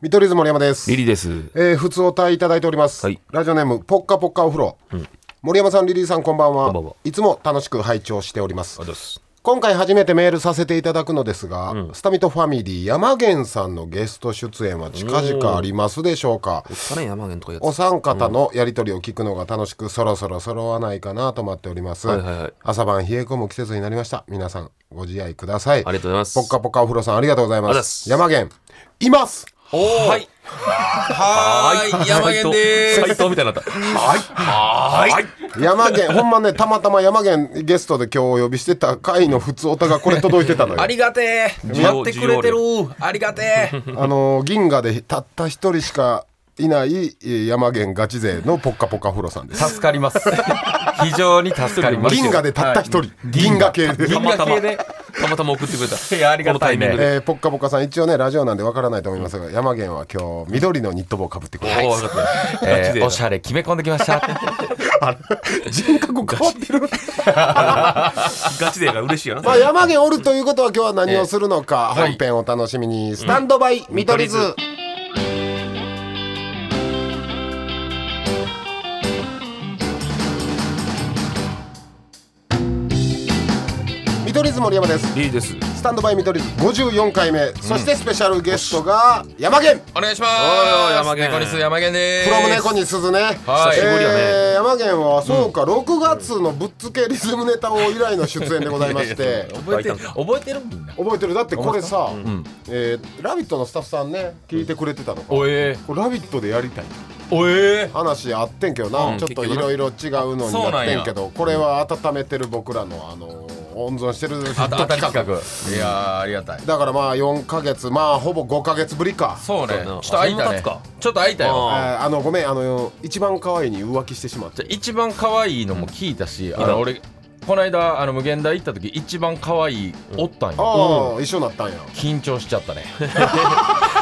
見取り図森山です。リリーです。えー、普通お答えいただいております。はいラジオネーム、ポッカポッカお風呂。森山さん、リリーさん、こんばんは。こんばんはいつも楽しく拝聴しておりますあ。ざっす。今回初めてメールさせていただくのですが、スタミトファミリー山源さんのゲスト出演は近々ありますでしょうかカレン山源とかやお三方のやり取りを聞くのが楽しく、そろそろ揃わないかなと待っております、はいはいはい朝晩冷え込む季節になりました皆さんご自愛くださいありがとうございますぽっかぽかお風呂さんありがとうございまありがとうございますす山源いますおーはい。はーい。山源で斎ーす。藤みたいになった。山源ほんまねたまたま山源ゲストで今日お呼びしてた回の普通おたがこれ届いてたのよありがて需ー。要やってくれてるありがてー。あの銀河でたった一人しかいないえー山源ガチ勢のポッカポカ風呂さんです。助かり ます。非常に助かります。銀河でたった一人、銀河系で。 たまたま、銀河系でたまたま送ってくれた。いやありがたいねこのタイミングで。えー、ポッカポカさん一応ねラジオなんでわからないと思いますが、山源は今日緑のニット帽をかぶってくれおる、ーよかったガチえ勢ーだおしゃれ決め込んできました。人格変わってるガチ勢が嬉しいよな。まあ山源おるということは今日は何をするのか、本編を楽しみに、スタンドバイ見取り図、見取り図森山ですリリーです。スタンドバイ見取り図54回目、そしてスペシャルゲストが山源お願いしまおいおいー山す。源猫にす山源でプーす。ロム猫に鈴ね、はい久しぶりやねえー山源はそうか、6月のぶっつけリズムネタ王以来の出演でございまして覚えてる覚えてるみんな。覚えてるだってこれさ「えーラビット!」のスタッフさんね聞いてくれてたのか、おえこれラビット!」でやりたいおえ話あってんけどな、ちょっといろいろ違うのにそなうなっんてやんけどこれは温めてる僕らのあのー温存してるヒッ当トたり企企画画。いやー、ありがたい。だからまあ4か月まあほぼ5か月ぶりかそうね。そうねちょっと空いたあそんな経ねつか。ちょっと空いたよ。えあーあのごめんあの一番可愛いに浮気してしまってじゃあ一番可愛いのも聞いたし、あの俺この間あの無限大行った時一番可愛いおったんあよ。あ、一緒になったんや緊張しちゃったね。ー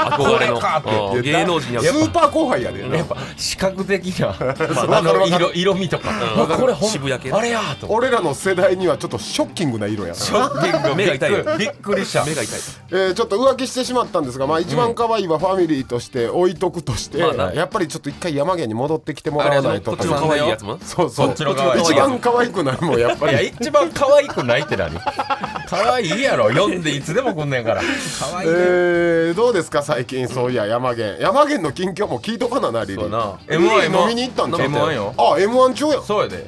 憧れのこれかってうん芸能人やっスぱーパー後輩やでやっぱ視覚的なまああわかるのわかる色色味とか。うんわかるこれほん渋谷系あれやーと思って。俺らの世代にはちょっとショッキングな色やな、目が痛いよ。びっくりした。目が痛い。えーちょっと浮気してしまったんですが、まあ、一番可愛いはファミリーとして置いとくとして、まあなやっぱりちょっと一回山源に戻ってきてもらわないとこっちの可愛いやつも。そうそうこっちの可愛い一番可愛くなるもんやっぱいやり、一番可愛くないって何 可愛いやろ読んでいつでも来んねんから可え 愛いー、どうですか最近そういや山源山源の近況も聞いとかななリリーそうなリリー飲みに行ったんちゃう M1 よあ M1 中やんそうやで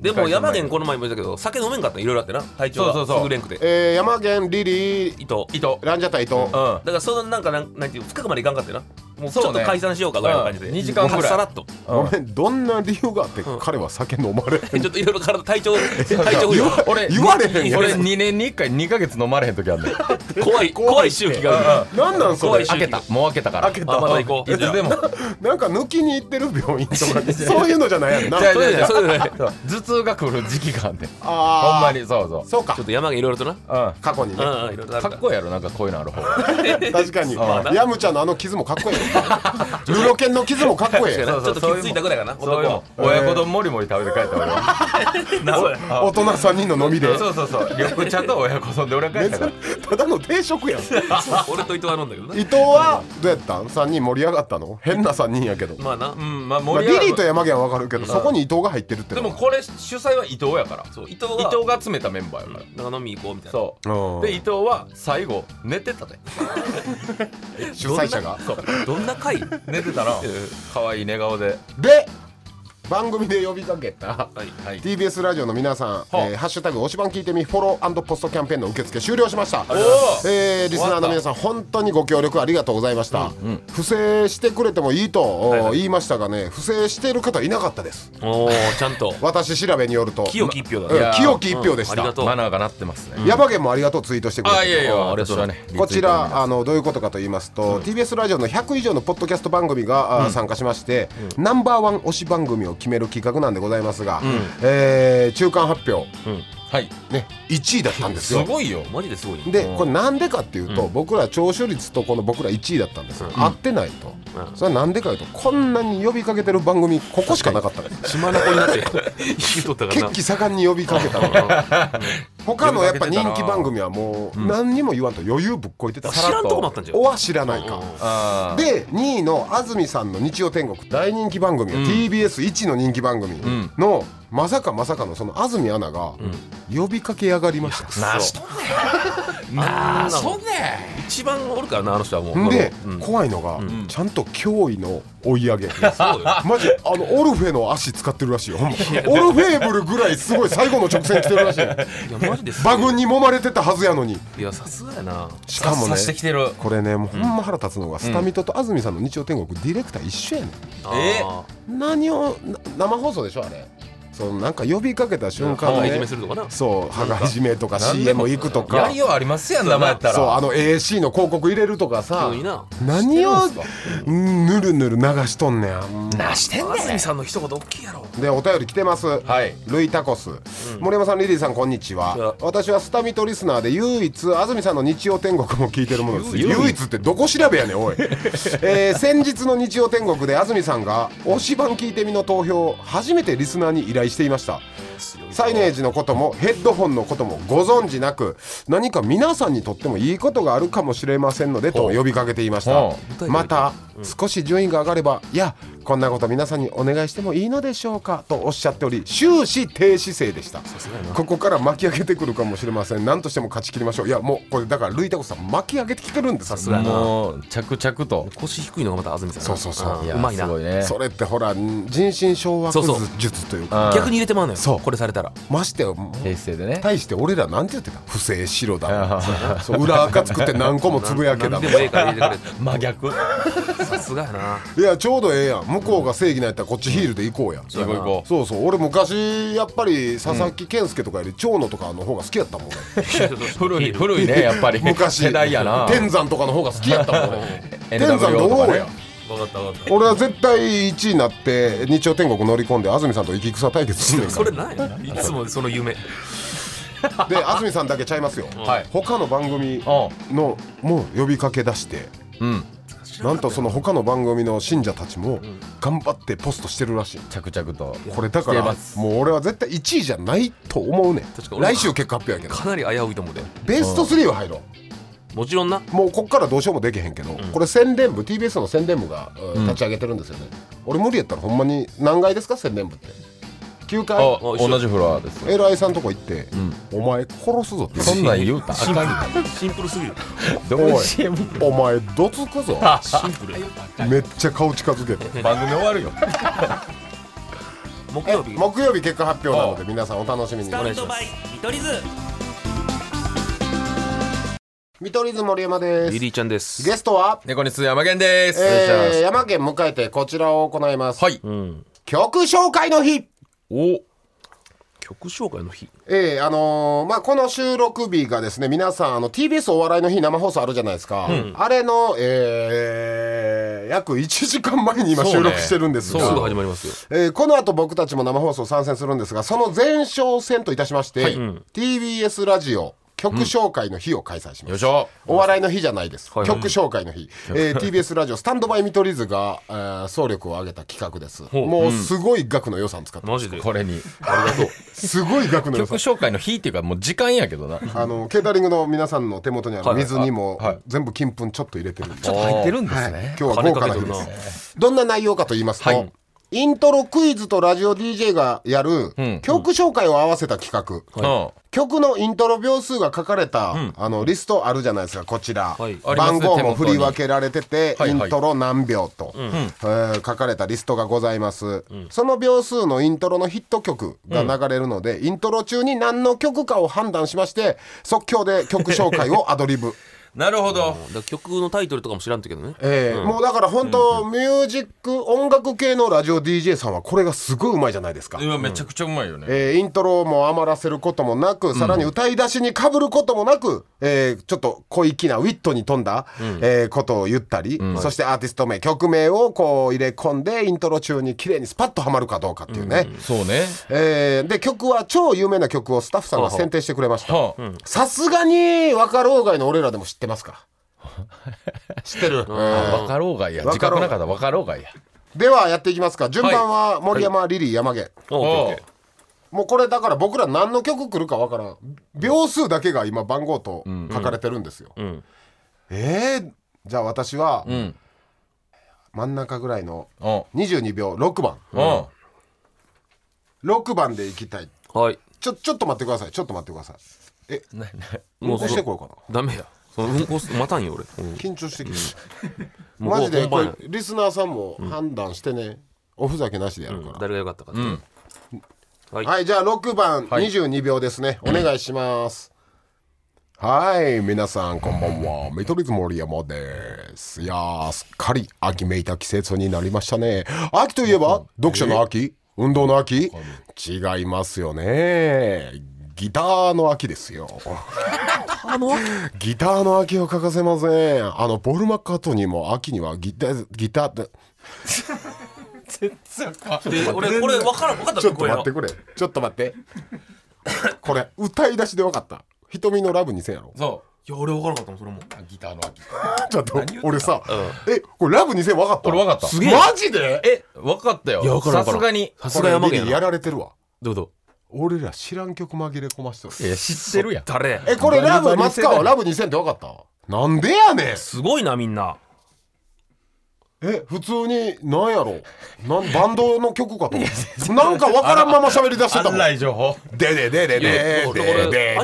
でも山源この前も言ったけど、酒飲めんかったのいろいろあってな。体調そうそうがそう優れんくて。えー、山源リリー伊藤。伊藤ランジャタイと、うんだからそのなんかなんなんていう深くまでいかんかったよな。もうちそうねょっと解散しようかぐらいの感じで。うん二時間ぐらいさらっと。ごめんどんな理由があって彼は酒飲まれへんちょっといろいろ体体調体調不良。俺言われへんやん俺2年に1回2ヶ月飲まれへん時あんねん怖い怖い周期がある。なんなんそ怖いれ周開期けがた。もう開けたから開けあまた行こう。いつでもなんか抜きに行ってる病院とかでそういうのじゃないやんなじゃあそういうのじゃないそういうのじゃないそう頭痛が来る時期があんねんほんあまーにそうそうそうかちょっと山がいろいろとな。うんか過去にねうんうんいろいろあるっこいいやろなんかこういうのある方が確かにヤムちゃんのあの傷もかっこいいよルロケンの傷もかっこいいちよょっと気づいたぐらいかな。そういうも男んも。親子丼もりもり食べて帰った俺は大人3人の飲みでそうそうそう緑茶と親子丼で俺は帰ったからただの定食やん伊 俺と伊藤は飲んだけどな。藤はどうやったん3人盛り上がったの変な3人やけど、ままあなう。んまああ、盛リり上がリーると山毛は分かるけどそこに伊藤が入ってるってでのもはこれ主催は伊藤やからそう伊藤伊は。藤が詰めたメンバーやから、なんか飲み行こうみたいな。そうんうで伊藤は最後寝てたで主催者がそうどんな会寝てたな 可愛い寝顔でで番組で呼びかけたはい。はい TBS ラジオの皆さん「あえーハッシュタグおしばん聞いてみ」フォローポストキャンペーンの受付終了しましたりがとうございますえーリスナーの皆さん本当にご協力ありがとうございました、不正してくれてもいいとおー言いましたがね不正している方いなかったですおおちゃんと。私調べによると清き一票だうんね。やー清き一票でしあた、りがとう。マナーがなってますね、ヤバゲンもありがとうツイートしてくれてあいやいやあありがとうございま私はねこちリツイートらあのどういうことかと言いますと、TBS ラジオの100以上のポッドキャスト番組が、あ参加しまして、ナンバーワン推し番組を決める企画なんでございますが、えー中間発表、はいね、1位だったんですすよ。ごいよマジですごいねでうんこれなんでかっていうと、う僕ら聴取率とこの僕ら1位だったんですよ、合ってないと、うんそれはなんでかというとこんなに呼びかけてる番組ここしかなかったです島の子になって言うとったから血な気盛んに呼びかけたの他のやっぱ人気番組はもう何にも言わんと余裕ぶっこいてた、知らんとこもあったんじゃおんは知らないか、あーで2位の安住さんの「日曜天国」大人気番組、TBS1 の人気番組の、まさかまさかのその安住アナが呼びかけやがりました、なしとんねんあなああそそんんね一番おるからなあの人はもんうで、うん怖いのが、んちゃんと脅威の追い上げそうよマジあのオルフェの足使ってるらしいよほんまオルフェーブルぐらいすごい最後の直線来てるらしいいやマジですごい馬群に揉まれてたはずやのにいやさすがやなしかもねさしてきてるこれねもうほんま腹立つのが、スタミトと安住さんの日曜天国ディレクター一緒やねんえあ何をな生放送でしょあれそのなんか呼びかけた瞬ー顔間がいねじめするとかなそう羽がいじめとかなんで CM 行くとやかりようありますやん名前やったそうあらの AC の広告入れるとかさ急にな何をうんぬるぬる流しとんねんなしてん安ね住さんの一言大きいやろでお便り来てますはいルイタコス、森山さんリリーさんこんにちはこんにち私はスタミトリスナーで唯一安住さんの日曜天国も聞いてるものです唯一唯一ってどこ調べやねんおい、えー先日の日曜天国で安住さんが推し版聞いてみの投票を初めてリスナーに依頼していましたサイネージのこともヘッドホンのこともご存知なく何か皆さんにとってもいいことがあるかもしれませんのでと呼びかけていましたほまた少し順位が上がればいやこんなこと皆さんにお願いしてもいいのでしょうかとおっしゃっており終始低姿勢でしたすがやなここから巻き上げてくるかもしれません何としても勝ち切りましょういやもうこれだからルイタコさん巻き上げてきてるんですさすがやなもう着々と腰低いのがまた安住さんそうそうそうんいやうまいなすごいねそれってほら人心掌握そうそう術というかうん逆に入れてまうのよそうこれされたらましてやもう平成で ね対して俺らなんて言ってた不正白だあそう裏垢作って何個もつぶやけだ なんでもええから入れて 真 逆くれさすがやないやちょうどええやん向こうが正義なんやったらこっちヒールで行こうや行こう行こそうそう俺昔やっぱり佐々木健介とかより長野とかの方が好きやったもん 俺う古い古いねやっぱり昔世代やな天山とかの方が好きやったもん俺 天 NWO 山でおろうや分かった分かっ俺は絶対1位になって日曜天国乗り込んで安住さんと生き草対決すんねんたかそれなんやいつもその夢らで安住さんだけちゃいますよ、はい他の番組のもう呼びかけ出してうんなんとその他の番組の信者たちも頑張ってポストしてるらしい着々とこれだからしてますもう俺は絶対1位じゃないと思うねん確か俺来週結果発表やけどかなり危ういと思うでベスト3は入ろもちろんなうもうこっからどうしようもできへんけど、これ宣伝部 TBS の宣伝部が、うんん立ち上げてるんですよね俺無理やったらほんまに何階ですか宣伝部って9あ階同じフロアですエライさんとこ行って、お前殺すぞってそんなん言うたらシンあプかんルシンプルすぎるどおいこ CM お前どつくぞシンプルめっちゃ顔近づけて番組終わるよ木曜日木曜日結果発表なので皆さんお楽しみにお願いします見取り図森山ですリリーちゃんですゲストは、猫に通山源ですえー、山県迎えてこちらを行います、はいうん曲紹介の日お曲紹介の日ええあのーまあ、この収録日がですね、皆さん、あの、TBS お笑いの日生放送あるじゃないですか。あれの、えー、約1時間前に今そうね収録してるんですすぐが、始まりますよえーこの後僕たちも生放送参戦するんですが、その前哨戦といたしまして、TBS ラジオ曲紹介の日を開催します。よいしょお笑いの日じゃないです、はい曲紹介の日、えー TBS ラジオスタンドバイ見取り図が、えー総力を挙げた企画ですうもうすごい額の予算使って、マジでこれにありがとうすごい額の予曲算紹介の日っていうかもう時間やけどなあのケータリングの皆さんの手元にあるはい水にもはい全部金粉ちょっと入れてるんで、ちょっと入ってるんですはいね今日は豪華な日金でかけてるすどんな内容かと言いますと、はいイントロクイズとラジオ DJ がやるん曲紹介を合わせた企画、うん曲のイントロ秒数が書かれた、あのリストあるじゃないですかこちら、はいあります番ね号も振り分けられてて、手元にイントロ何秒と、えー書かれたリストがございます、その秒数のイントロのヒット曲が流れるの で、イントロ中に何の曲かを判断しまして即興で曲紹介をアドリブなるほうんどだから曲のタイトルとかも知らんとけどねえーうんもうだから本当、ミュージック音楽系のラジオ DJ さんはこれがすごいうまいじゃないですか、今めちゃくちゃうまいよね、えーイントロも余らせることもなくさらに歌い出しにかぶることもなく、えーちょっと小粋なウィットに富んだ、えーことを言ったり、そしてアーティスト名曲名をこう入れ込んでイントロ中に綺麗にスパッとはまるかどうかっていうね、そうねえーで曲は超有名な曲をスタッフさんが選定してくれましたはあ、さすがに分かろうがいの俺らでも知ってますか 知ってる、あ分かろうがいや分自かろ覚うなかった分かろうがいやではやっていきますか順番は森山、リリー山毛あオッケーオッケーもうこれだから僕ら何の曲来るかわからん秒数だけが今番号と書かれてるんですよ、んえー、じゃあ私はん真ん中ぐらいのうん22秒6番うん6番でいきたいはいちょちょっと待ってくださいちょっと待ってくださいえももううそしてこようかなダメやそのうんこす待たんよ俺、うん緊張してきてもうマジで本こ番れやリスナーさんも判断してね、おふざけなしでやるから、誰が良かったかって、はい、はい、じゃあ6番、22秒ですね。お願いします。はい、皆さん、こんばんは。見取り図森山です。いやー、すっかり秋めいた季節になりましたね。秋といえば、読書の秋、運動の秋違いますよね。ギターの秋ですよ。 ギターの秋は欠かせません。あの、ボールマッカートニーも秋にはギター、ギターって、で俺これ分からん分かったちょっとこれ待ってくれ。ちょっと待って。これ、歌い出しで分かった。瞳のラブにせんやろ。そいや俺分からんかったもんそれもうギターの秋ちょっと、俺さ、え、これラブにせん分かった俺分かったすげえマジでえ分かったよいや分からんさすがにさすこがれ山リリ毛ーややなられてるわ。どうぞ俺ら知らん曲紛れ込ましてる。いや知ってるやん誰やえ、これラブ、松川ラブ2000って分かったなんでやねんすごいなみんなえ、普通に、なんやろなんバンドの曲かと思った。なんか分からんまま喋り出してたもん。い情報ででででででででででで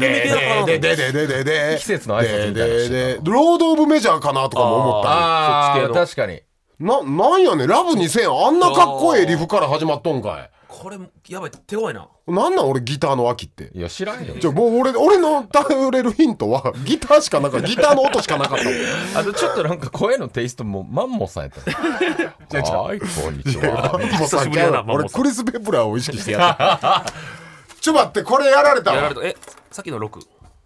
ででででロード・オブ・メジャーかなとかも思ったあそっち系あの確かにななんやねんラブ2000あんなかっこええリフから始まっとんかこれやばい手強いないなんなん俺ギターの秋っていや知らんよじゃもう俺俺の頼れるヒントは ギターしかなかったギターの音しかなかった あとちょっとなんか声のテイストもマンモさんやった違う違うはいこんにちは俺クリス・ペプラーを意識してやったちょ待ってこれやられたやられたえさっきの6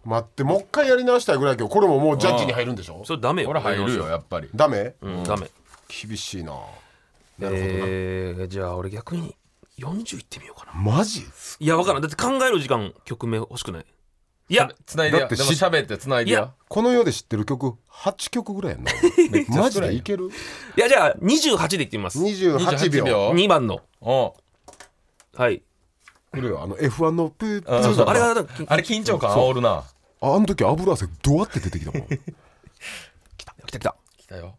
待ってもう一回やり直したいぐらいけどこれももうジャッジに入るんでしょそれダメよこれ入るよやっぱりダメうんダメ厳しいなえーじゃあ俺逆に40いってみようかなマジいや分からんだって考える時間曲名欲しくないいやつないでだやってでしも喋ってつないでいややこの世で知ってる曲8曲ぐらいや んなマジでいけるいやじゃあ28でいってみます28秒秒2番のうんはいこれあの F1 のプーあそうそうあ れはなんかあれ緊張感煽るなああの時油汗どうやって出てきたもん来た来た来たよ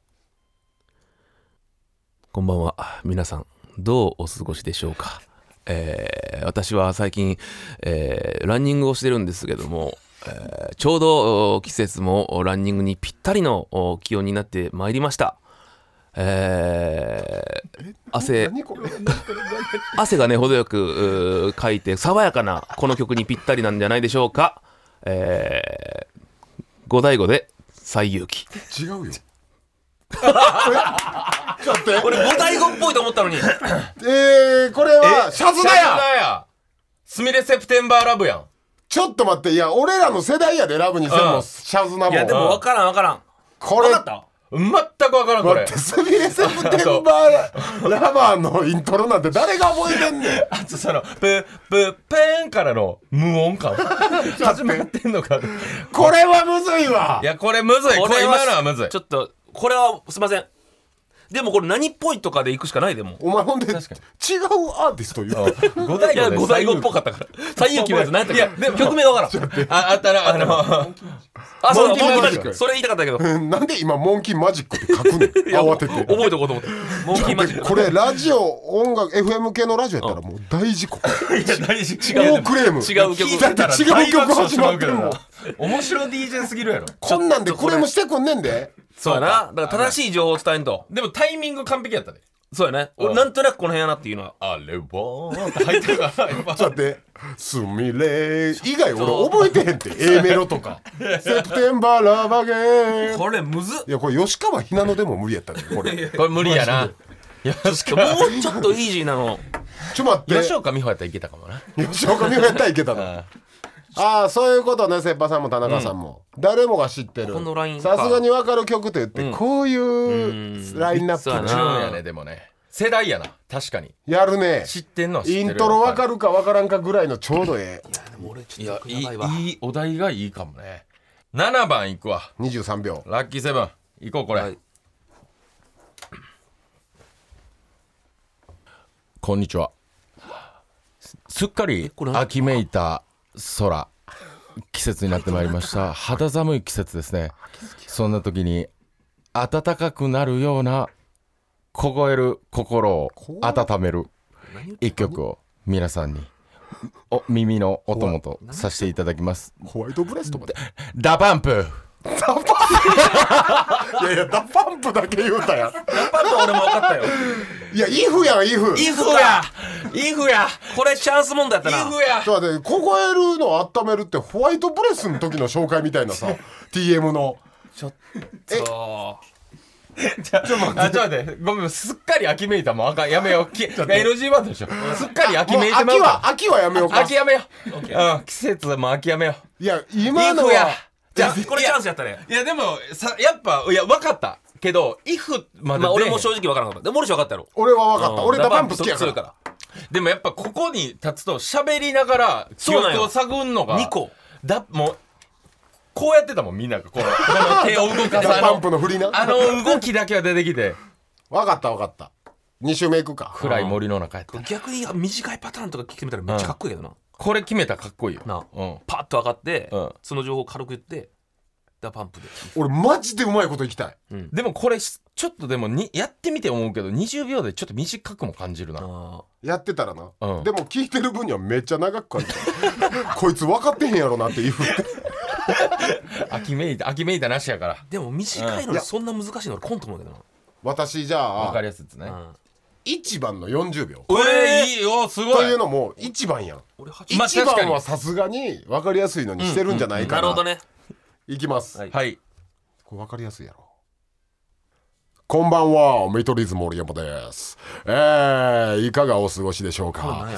こんばんは皆さんどうお過ごしでしょうか えー私は最近、えーランニングをしてるんですけども、えーちょうどお季節もランニングにぴったりのお気温になってまいりましたえー汗何これ汗がね程よくうーかいて爽やかなこの曲にぴったりなんじゃないでしょうかえー、五醍醐で最勇気違うよえちょっ と待って五醍醐っ ぽいと思ったのにえー、これはシャズシャだやズやスミレセプテンバーラブやんちょっと待っていや俺らの世代やでラブにせんうもんシャズナもいやでも分からん分からんこれ分かった全く分からんこ待れってスミレセプテンバーラバーのイントロなんて誰が覚えてんねんあとそのププペーンからの無音感始まってんのかこれはむずいわいやこれむずいこれ今のはむずいちょっとこれはすいませんでもこれ何っぽいとかでいくしかないでもお前ほんで違う確かにアーティスト言う五代いや五醍醐っぽかったから最勇気のやつ何やったっけ曲名が分からんああったなあのあそうだモンキーマモンキーマジッジッククそれ言いたか ったけどなんで今モンキーマジックって書くねん慌てて覚えておこうと思ってモンキーマジックこれラジオ音楽 FM 系のラジオやったらもう大事故いや大事違もうクレーム違う曲だって違う曲始まってんもん面白 DJ すぎるやろこんなんでクレームしてくんねんでそうやなだから正しい情報を伝えんとでもタイミング完璧やったでそうやね俺なんとなくこの辺やなっていうのはあれはって入ってるから今ちょっと待ってスミレ以外俺覚えてへんって A メロとか「セプテンバーラバゲーン」これむずっいやこれ吉川ひなのでも無理やったねこれこれ無理やなもうちょっとイージーなのちょっと待吉っ岡美穂やったらいけたかもなて吉岡美穂やったらいけたなああそういうことねセッパさんも田中さんも、誰もが知ってるこのラインかさすがに分かる曲と言って、こういううラインナそうやップなジューンやねでもね世代やな確かにやるね知ってんのは知ってイるントロ分かるか分からんかぐらいのちょうどええいやいいいいお題がいいかもね7番いくわ23秒ラッキーセブンいこうこれ、はいこんにちはすっかりれ秋めいた空季節になってまいりま した肌寒い季節ですねそんな時に暖かくなるような凍える心を温める一曲を皆さんにお耳のお供とさせていただきますホワイトブレストまでダパンプダパンプ いやいやダパンプだけ言うたやんパッと俺も分かったよいやイフやんイフイフやイフやこれチャンス問題やったなちょっと待って凍えるのを温めるってホワイトブレスの時の紹介みたいなさ TM のあ、ちょっと待って、ごめん、すっかり秋めいたもん。あかん、やめよう。き NG ワードでしょ。すっかり秋もうめいてま秋うかは秋はやめようら。か秋やめよう。うん、季節も秋やめよいやう。今のイフやは。じじゃゃああ、これチャンスやったねいやでもさやっぱいや分かったけど「イフまでまあ出えへ俺んも正直分からなかったでモリシ分かったやろ俺は分かったうん俺ダパンプ好きやすかるららでもやっぱここに立つと喋りながら記そうなんよ憶を探んのが二個だもうこうやってたもんみんながこのこ の手を動かすダあパンプのの振りなあの動きだけは出てきて分かった分かった2周目いくか暗い森の中やった。逆に短いパターンとか決めたらめっちゃかっこいいけどな、これ決めたらかっこいいよ。なあうん。パッと上がって、うんその情報を軽く言ってダパンプで俺マジでうまいこといきたいでもこれ、しちょっとでもに、やってみて思うけど、20秒でちょっと短くも感じるな。あやってたらな、うんでも聞いてる分にはめっちゃ長く感じたこいつ分かってへんやろなってイフって秋めいた、秋めいたなしやから。ーでも短いのいにやそんな難しいの俺コント思うけどな、私じゃわかありやすいですね。うん1番の40秒こえれーいいよすごといいうのも1番やん俺八まあ1確か番にはさすがに分かりやすいのにしてるんじゃないかなな,、るほどねいきます、はいはいこれ分かりやすいやろこんばんは見取り図森山ですえー、いかがお過ごしでしょうこれ何かや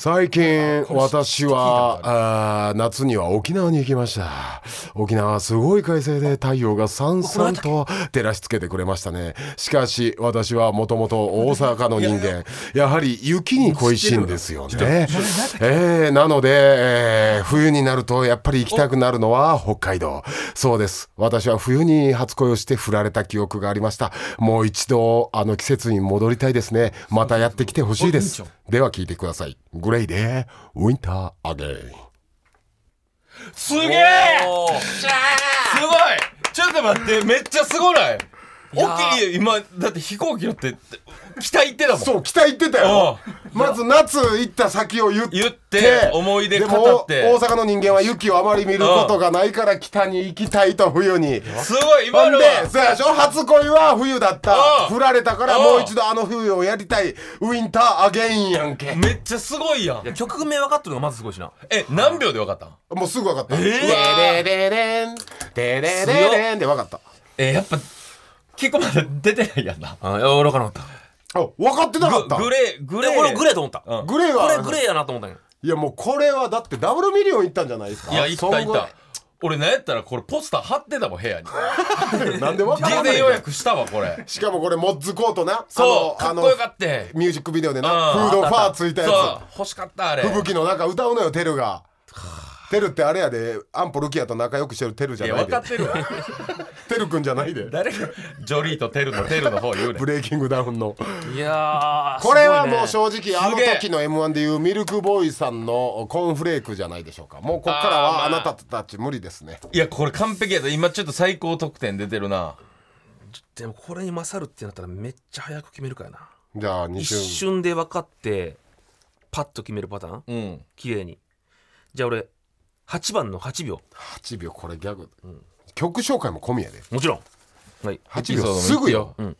最近私は聞いたこあー夏には沖縄に行きました沖縄はすごい快晴で太陽がさんさんと照らしつけてくれましたねしかし私はもともと大阪の人間やはり雪に恋しいんですよねえーなので、えー冬になるとやっぱり行きたくなるのは北海道そうです私は冬に初恋をして振られた記憶がありましたもう一度あの季節に戻りたいですねまたやってきてほしいですでは聞いてくださいグレイでウィンターアゲインすげえおーすごいちょっと待ってめっちゃすごないや大きい今だって飛行機乗 って北行ってたもんそう北行ってたよまず夏行った先を言って言って思い出語ってでも大阪の人間は雪をあまり見ることがないから北に行きたいと冬にすごいほ今んのではそうやでしょ初恋は冬だったうん振られたからうんもう一度あの冬をやりたいウィンターアゲインやんけめっちゃすごいやんいや曲名分かってるのがまずすごいしなえ何秒で分かったんもうすぐ分かった「レレレレンレレレレン」で分かったえやっぱ結構まだ出てないやんなあいや俺分からなかっあ分かってなかったグレーグたレでー俺グレーと思った、うんグレーはこれグレーやなと思ったんやいやもうこれはだってダブルミリオンいったんじゃないですかいや行った行っそんた俺なんやったらこれポスター貼ってたもん部 屋にぐらい なんで分から事な前い予約したわこれしかもこれモッズコートなそうかあっのこよかったあのミュージックビデオでなうフんードファーついたそうや欲しかったあれつ吹雪の中歌うのよテルがテルってあれやでアンポルキアと仲良くしてるテルじいゃやない分かでってるわテルくんじゃないで 誰がジョリーとテルのテルの方言うねブレイキングダウンのいやーこれはもうすごいね正直あのすげえ時の m 1でいうミルクボーイさんのコーンフレークじゃないでしょうかもうこっからはああーまなたあたち無理ですねいやこれ完璧やで今ちょっと最高得点出てるなでもこれに勝るってなったらめっちゃ早く決めるからなじゃあ2一週瞬で分かってパッと決めるパターンうん綺麗にじゃあ俺8番の8秒8秒これギャグ、曲紹介も込みやでもちろんはい8秒すぐようん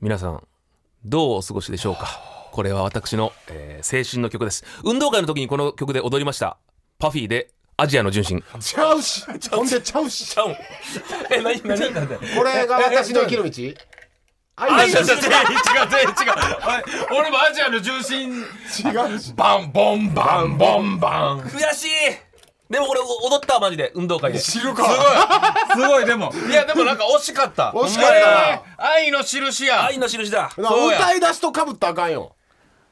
皆さんどうお過ごしでしょうかこれは私の、えー青春の曲です運動会の時にこの曲で踊りましたパフィーでアジアの純真ちゃうしほんでちゃうしちゃうん え何何これが私の生きる道あ愛いのや違う違道う違う違うおい俺もアジアの重心違うしバンボンバンボンバン 悔しいでもこれ踊ったわマジで運動会で知るかすごいでもいやでもなんか惜しかった惜しかったなえー愛の印や愛の印だなそうや歌い出しとかぶったらあかんよ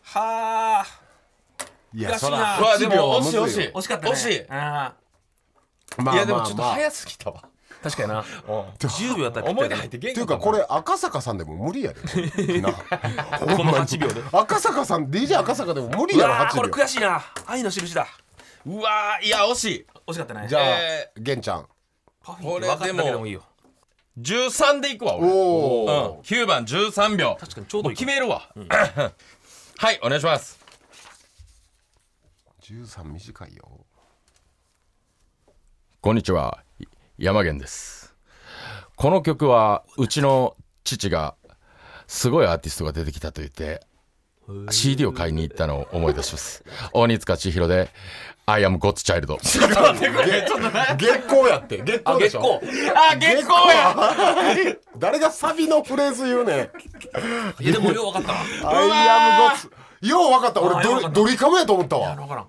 はあいやそららうわで8秒はも惜むしずいよ惜しい惜しかったね惜しいあまあいまやあでもちょっとまあ早すぎたわー確かにな10秒だったらぴ思ったい出り入って元って気いうかこれ赤坂さんでも無理やでなこの8秒で赤坂さん DJ 赤坂でも無理うやろわーこ8れ秒悔しいな愛の印だうわーいや惜しい惜しかったねじゃあえ玄ちゃんパフィーって分かっただけでもいいよ13でいくわお俺おうん9番13秒確かにちょうもどういい決めるわはいお願いします13短いよこんにちはい山源ですこの曲はうちの父がすごいアーティストが出てきたと言って CD を買いに行ったのを思い出します大鬼塚千尋で「I am God's Child」月光やって月あ光でし月ょ光あ月光や誰がサビのフレーズ言うねんいやでもよう分かったわ I am g o d よう分かったあ俺ーよドリう分かったドリカムやと思ったあわ分からん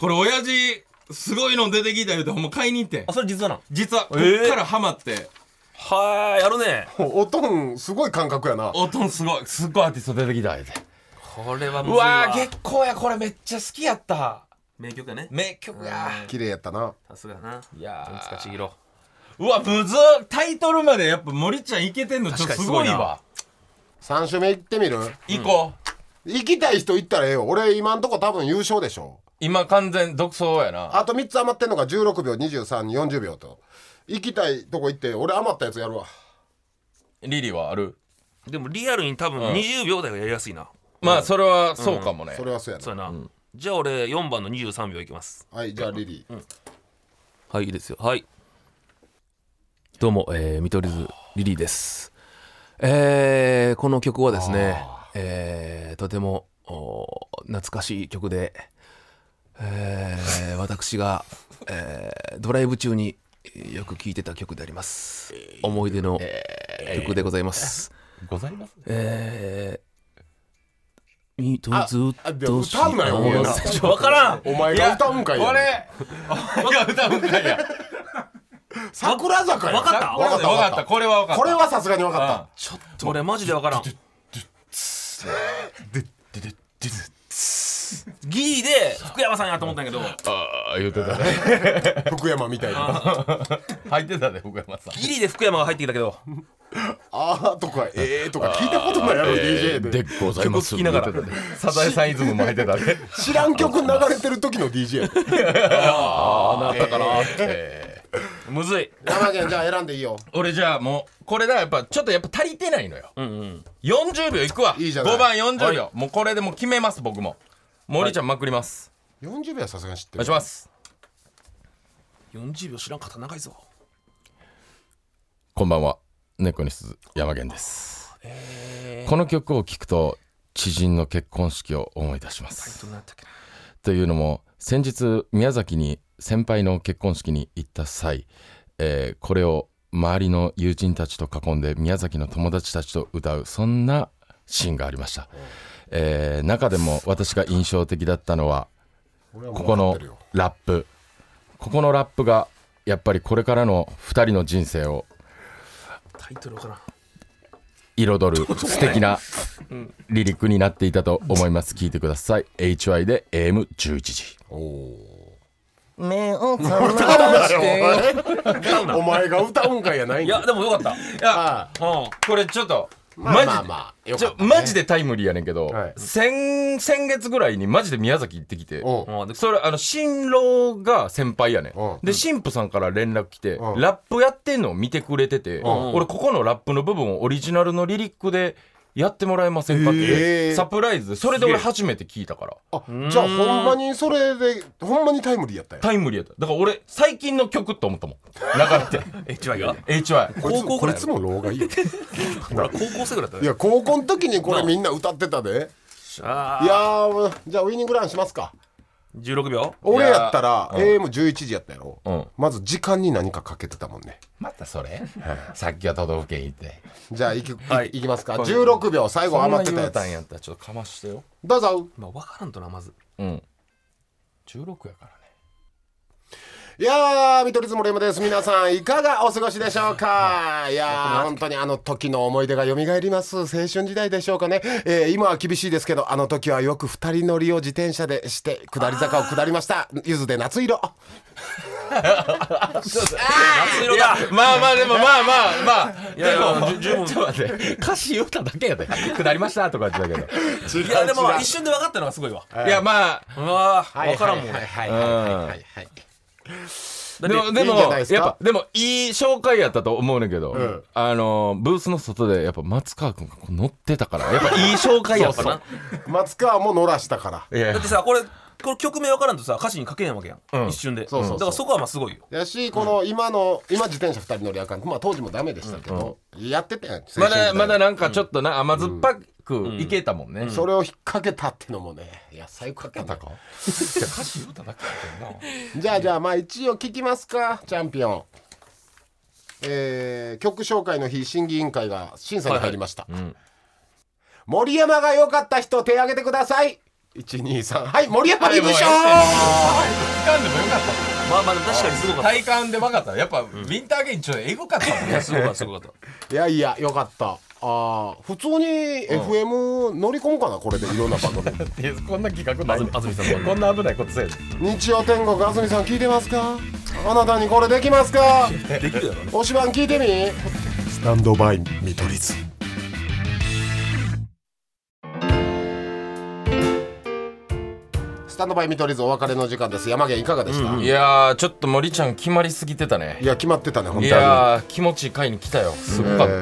これ親父すごいの出てきた言うてほんま買いに行ってんあそれ実はな実はこえっーからハマってはーいやるねおとんすごい感覚やなおとんすごいすっごいアーティスト出てきた言うてこれはむずういわわー月光やこれめっちゃ好きやった名曲やね名曲や綺麗やったなさすがやないやーいつかちぎろうわむずっタイトルまでやっぱ森ちゃんいけてんのちょっと確かすにごいわ3周目行ってみる行こう行きたい人行ったらええよ俺今んとこ多分優勝でしょ今完全独走やなあと3つ余ってんのが16秒2340秒と行きたいとこ行って俺余ったやつやるわリリーはあるうでもリアルに多分20秒台がやりやすいなまあそれはそうかもねそれはそうやそうなやなじゃあ俺4番の23秒いきますはいじゃあリリーはいいいですよはいどうも、えー、見取り図リリーですえーこの曲はですね、えーとてもお懐かしい曲で、えー私が、えードライブ中によく聴いてた曲であります思い出の曲でございます、ございますえー、ミトずあっでもと歌うなよお前な分からんお前が歌うんかいや俺お前が歌うんかいや 桜坂やわかったわかったわかっわかったたこれはわかったこれはさすがにわかったちょっと俺マジで分からんギリで福山さんやと思ったんやけどああ言うてたね福山みたいな入ってたで福山さんギリで福山が入ってきたけどあーとかえーとか聞いたことないやろ DJ ででございます曲聴きながら言うてたね サザエさんイズムも入ってたで知らん曲流れてる時の DJ やでむずい山源じゃあ選んでいいよ俺じゃあもうこれだやっぱちょっとやっぱ足りてないのようんうん40秒いくわいいじゃない5番40秒もうこれでもう決めます僕も森ちゃんまくります40秒はさすがに知ってお願いるします40秒知らんかった長いぞこんばんは猫に鈴山源です、この曲を聴くと知人の結婚式を思い出しますどうなったっけなというのも先日宮崎に先輩の結婚式に行った際、えーこれを周りの友人たちと囲んで宮崎の友達たちと歌うそんなシーンがありました、えー中でも私が印象的だったのは俺はもこう分こかっのてるよラップここのラップがやっぱりこれからの2人の人生をタイトル分からん彩る素敵なリリックになっていたと思います聞いてください HY で AM11 時目をお前が歌うんかいやないんいだやでもよかったうんいあやこれちょっとあまあマジまあでまあよちかょったねマジでタイムリーやねんけど、はい先先月ぐらいにマジで宮崎行ってきておうでそれあの新郎が先輩やねんうんで新婦さんから連絡来てうんラップやってんのを見てくれててん俺ここのラップの部分をオリジナルのリリックでやってもらえませんかってへーいうサプライズでそれで俺すげえ初めて聞いたからあじゃあほんまにそれでほんまにタイムリーやったんやタイムリーやっただから俺最近の曲と思ったもん流れて HY が HY こいつ高校こぐらいいつも老害 やほら高校生ぐらいだっいたや高校の時にこれみんな歌ってた でいあやーもうじゃあウィニングランしますかー16秒俺やったらいや AM11 時やったやろうんまず時間に何かかけてたもんねまたそれさっきは都道府県行ってじゃあいきいはいいきますか16秒最後そんな余って言たうやたんつやったらちょっとかましてよどうぞまあ分からんとなまずうん16やからねいやー見取り図森山です皆さんいかがお過ごしでしょうかいやー本当にあの時の思い出が蘇ります青春時代でしょうかね、えー今は厳しいですけどあの時はよく二人乗りを自転車でして下り坂を下りましたゆずで夏色夏色だまあまあでもまあまあまあいやいやじゅ十分ちょっと待って歌詞言うただけやで下りましたとか言ってたけいやでも一瞬で分かったのがすごいわどいやまあうわー分からんもんはいはいはい俺はいはいはいでだってもでいもいんじゃないですかやっぱでもいい紹介やったと思うねんけど、あのブースの外でやっぱ松川君がこう乗ってたからやっぱいい紹介やった そうな松川も乗らしたからいやいだってさこれこの曲名分からんとさ歌詞に書けへんわけやん、一瞬でそうそうそうだからそこはまあすごいよやしこの今の今自転車二人乗りあかんまあ当時もダメでしたけど、やってたやん青春ま時代だまだなんかちょっとな甘酸っぱくいけたもんね、それを引っ掛けたってのもねいや最高だった か歌詞言うただけやけどなじゃあじゃあまあ一応聞きますかチャンピオンえー、曲紹介の日審議委員会が審査に入りました、森山が良かった人手挙げてください123はい森山優勝掴んでもよかったまあまあでも確かにすごかった体感で分かったやっぱウィンターゲインちょっとエグかったもんいねやすごかったすごかったいやいや良かったあー普通に FM 乗り込むかなこれでいろんな番組こんな企 画ないね安住さんもこんな危ないことせえね日曜天国安住さん聞いてますかあなたにこれできますかできるやろねおしばん聞いてみスタンドバイ見取り図スタンドバイ見取り図お別れの時間です山源いかがでした、いいやーちょっと森ちゃん決まりすぎてたねや決まってたね本当いにやー気持ちいい回に来たよすごかったよ、え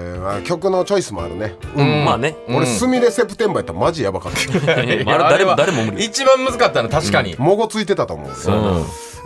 ーまあ曲のチョイスもあるね、まあね俺スミレセプテンバーやったらマジやばか ったあれいや誰あもは誰も無理一番難かったの確かに、もごついてたと思ううん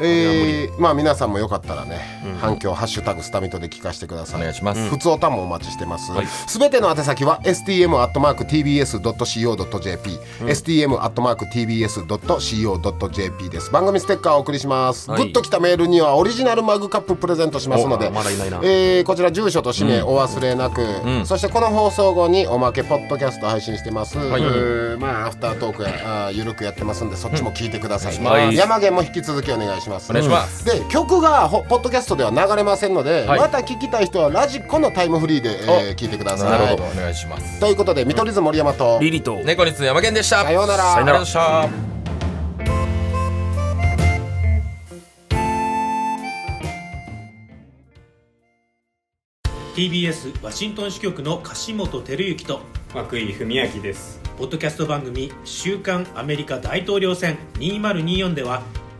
えーまあ皆さんもよかったらね、反響ハッシュタグスタミトで聞かせてくださいお願いします普通おたんもお待ちしてますすべ、ての宛先は stm.tbs.co.jp、stm.tbs.co.jp です番組ステッカーをお送りします、はいグッときたメールにはオリジナルマグカッププレゼントしますのでおまだいないなえーこちら住所と氏名お忘れなく、そしてこの放送後におまけポッドキャスト配信してます、えーまあアフタートークやあーゆるくやってますんでそっちも聞いてくださいね、はい山源も引き続きお願いしますお願いしますで曲がほポッドキャストでは流れませんので、はいまた聞きたい人はラジコのタイムフリーで、えー聞いてくださいなるほどお願いしますということで見取り図森山とリリと猫につ山源でしたさようならさようならでしたー TBS ワシントン支局の樫本照之と涌井文明ですポッドキャスト番組「週刊アメリカ大統領選2024」では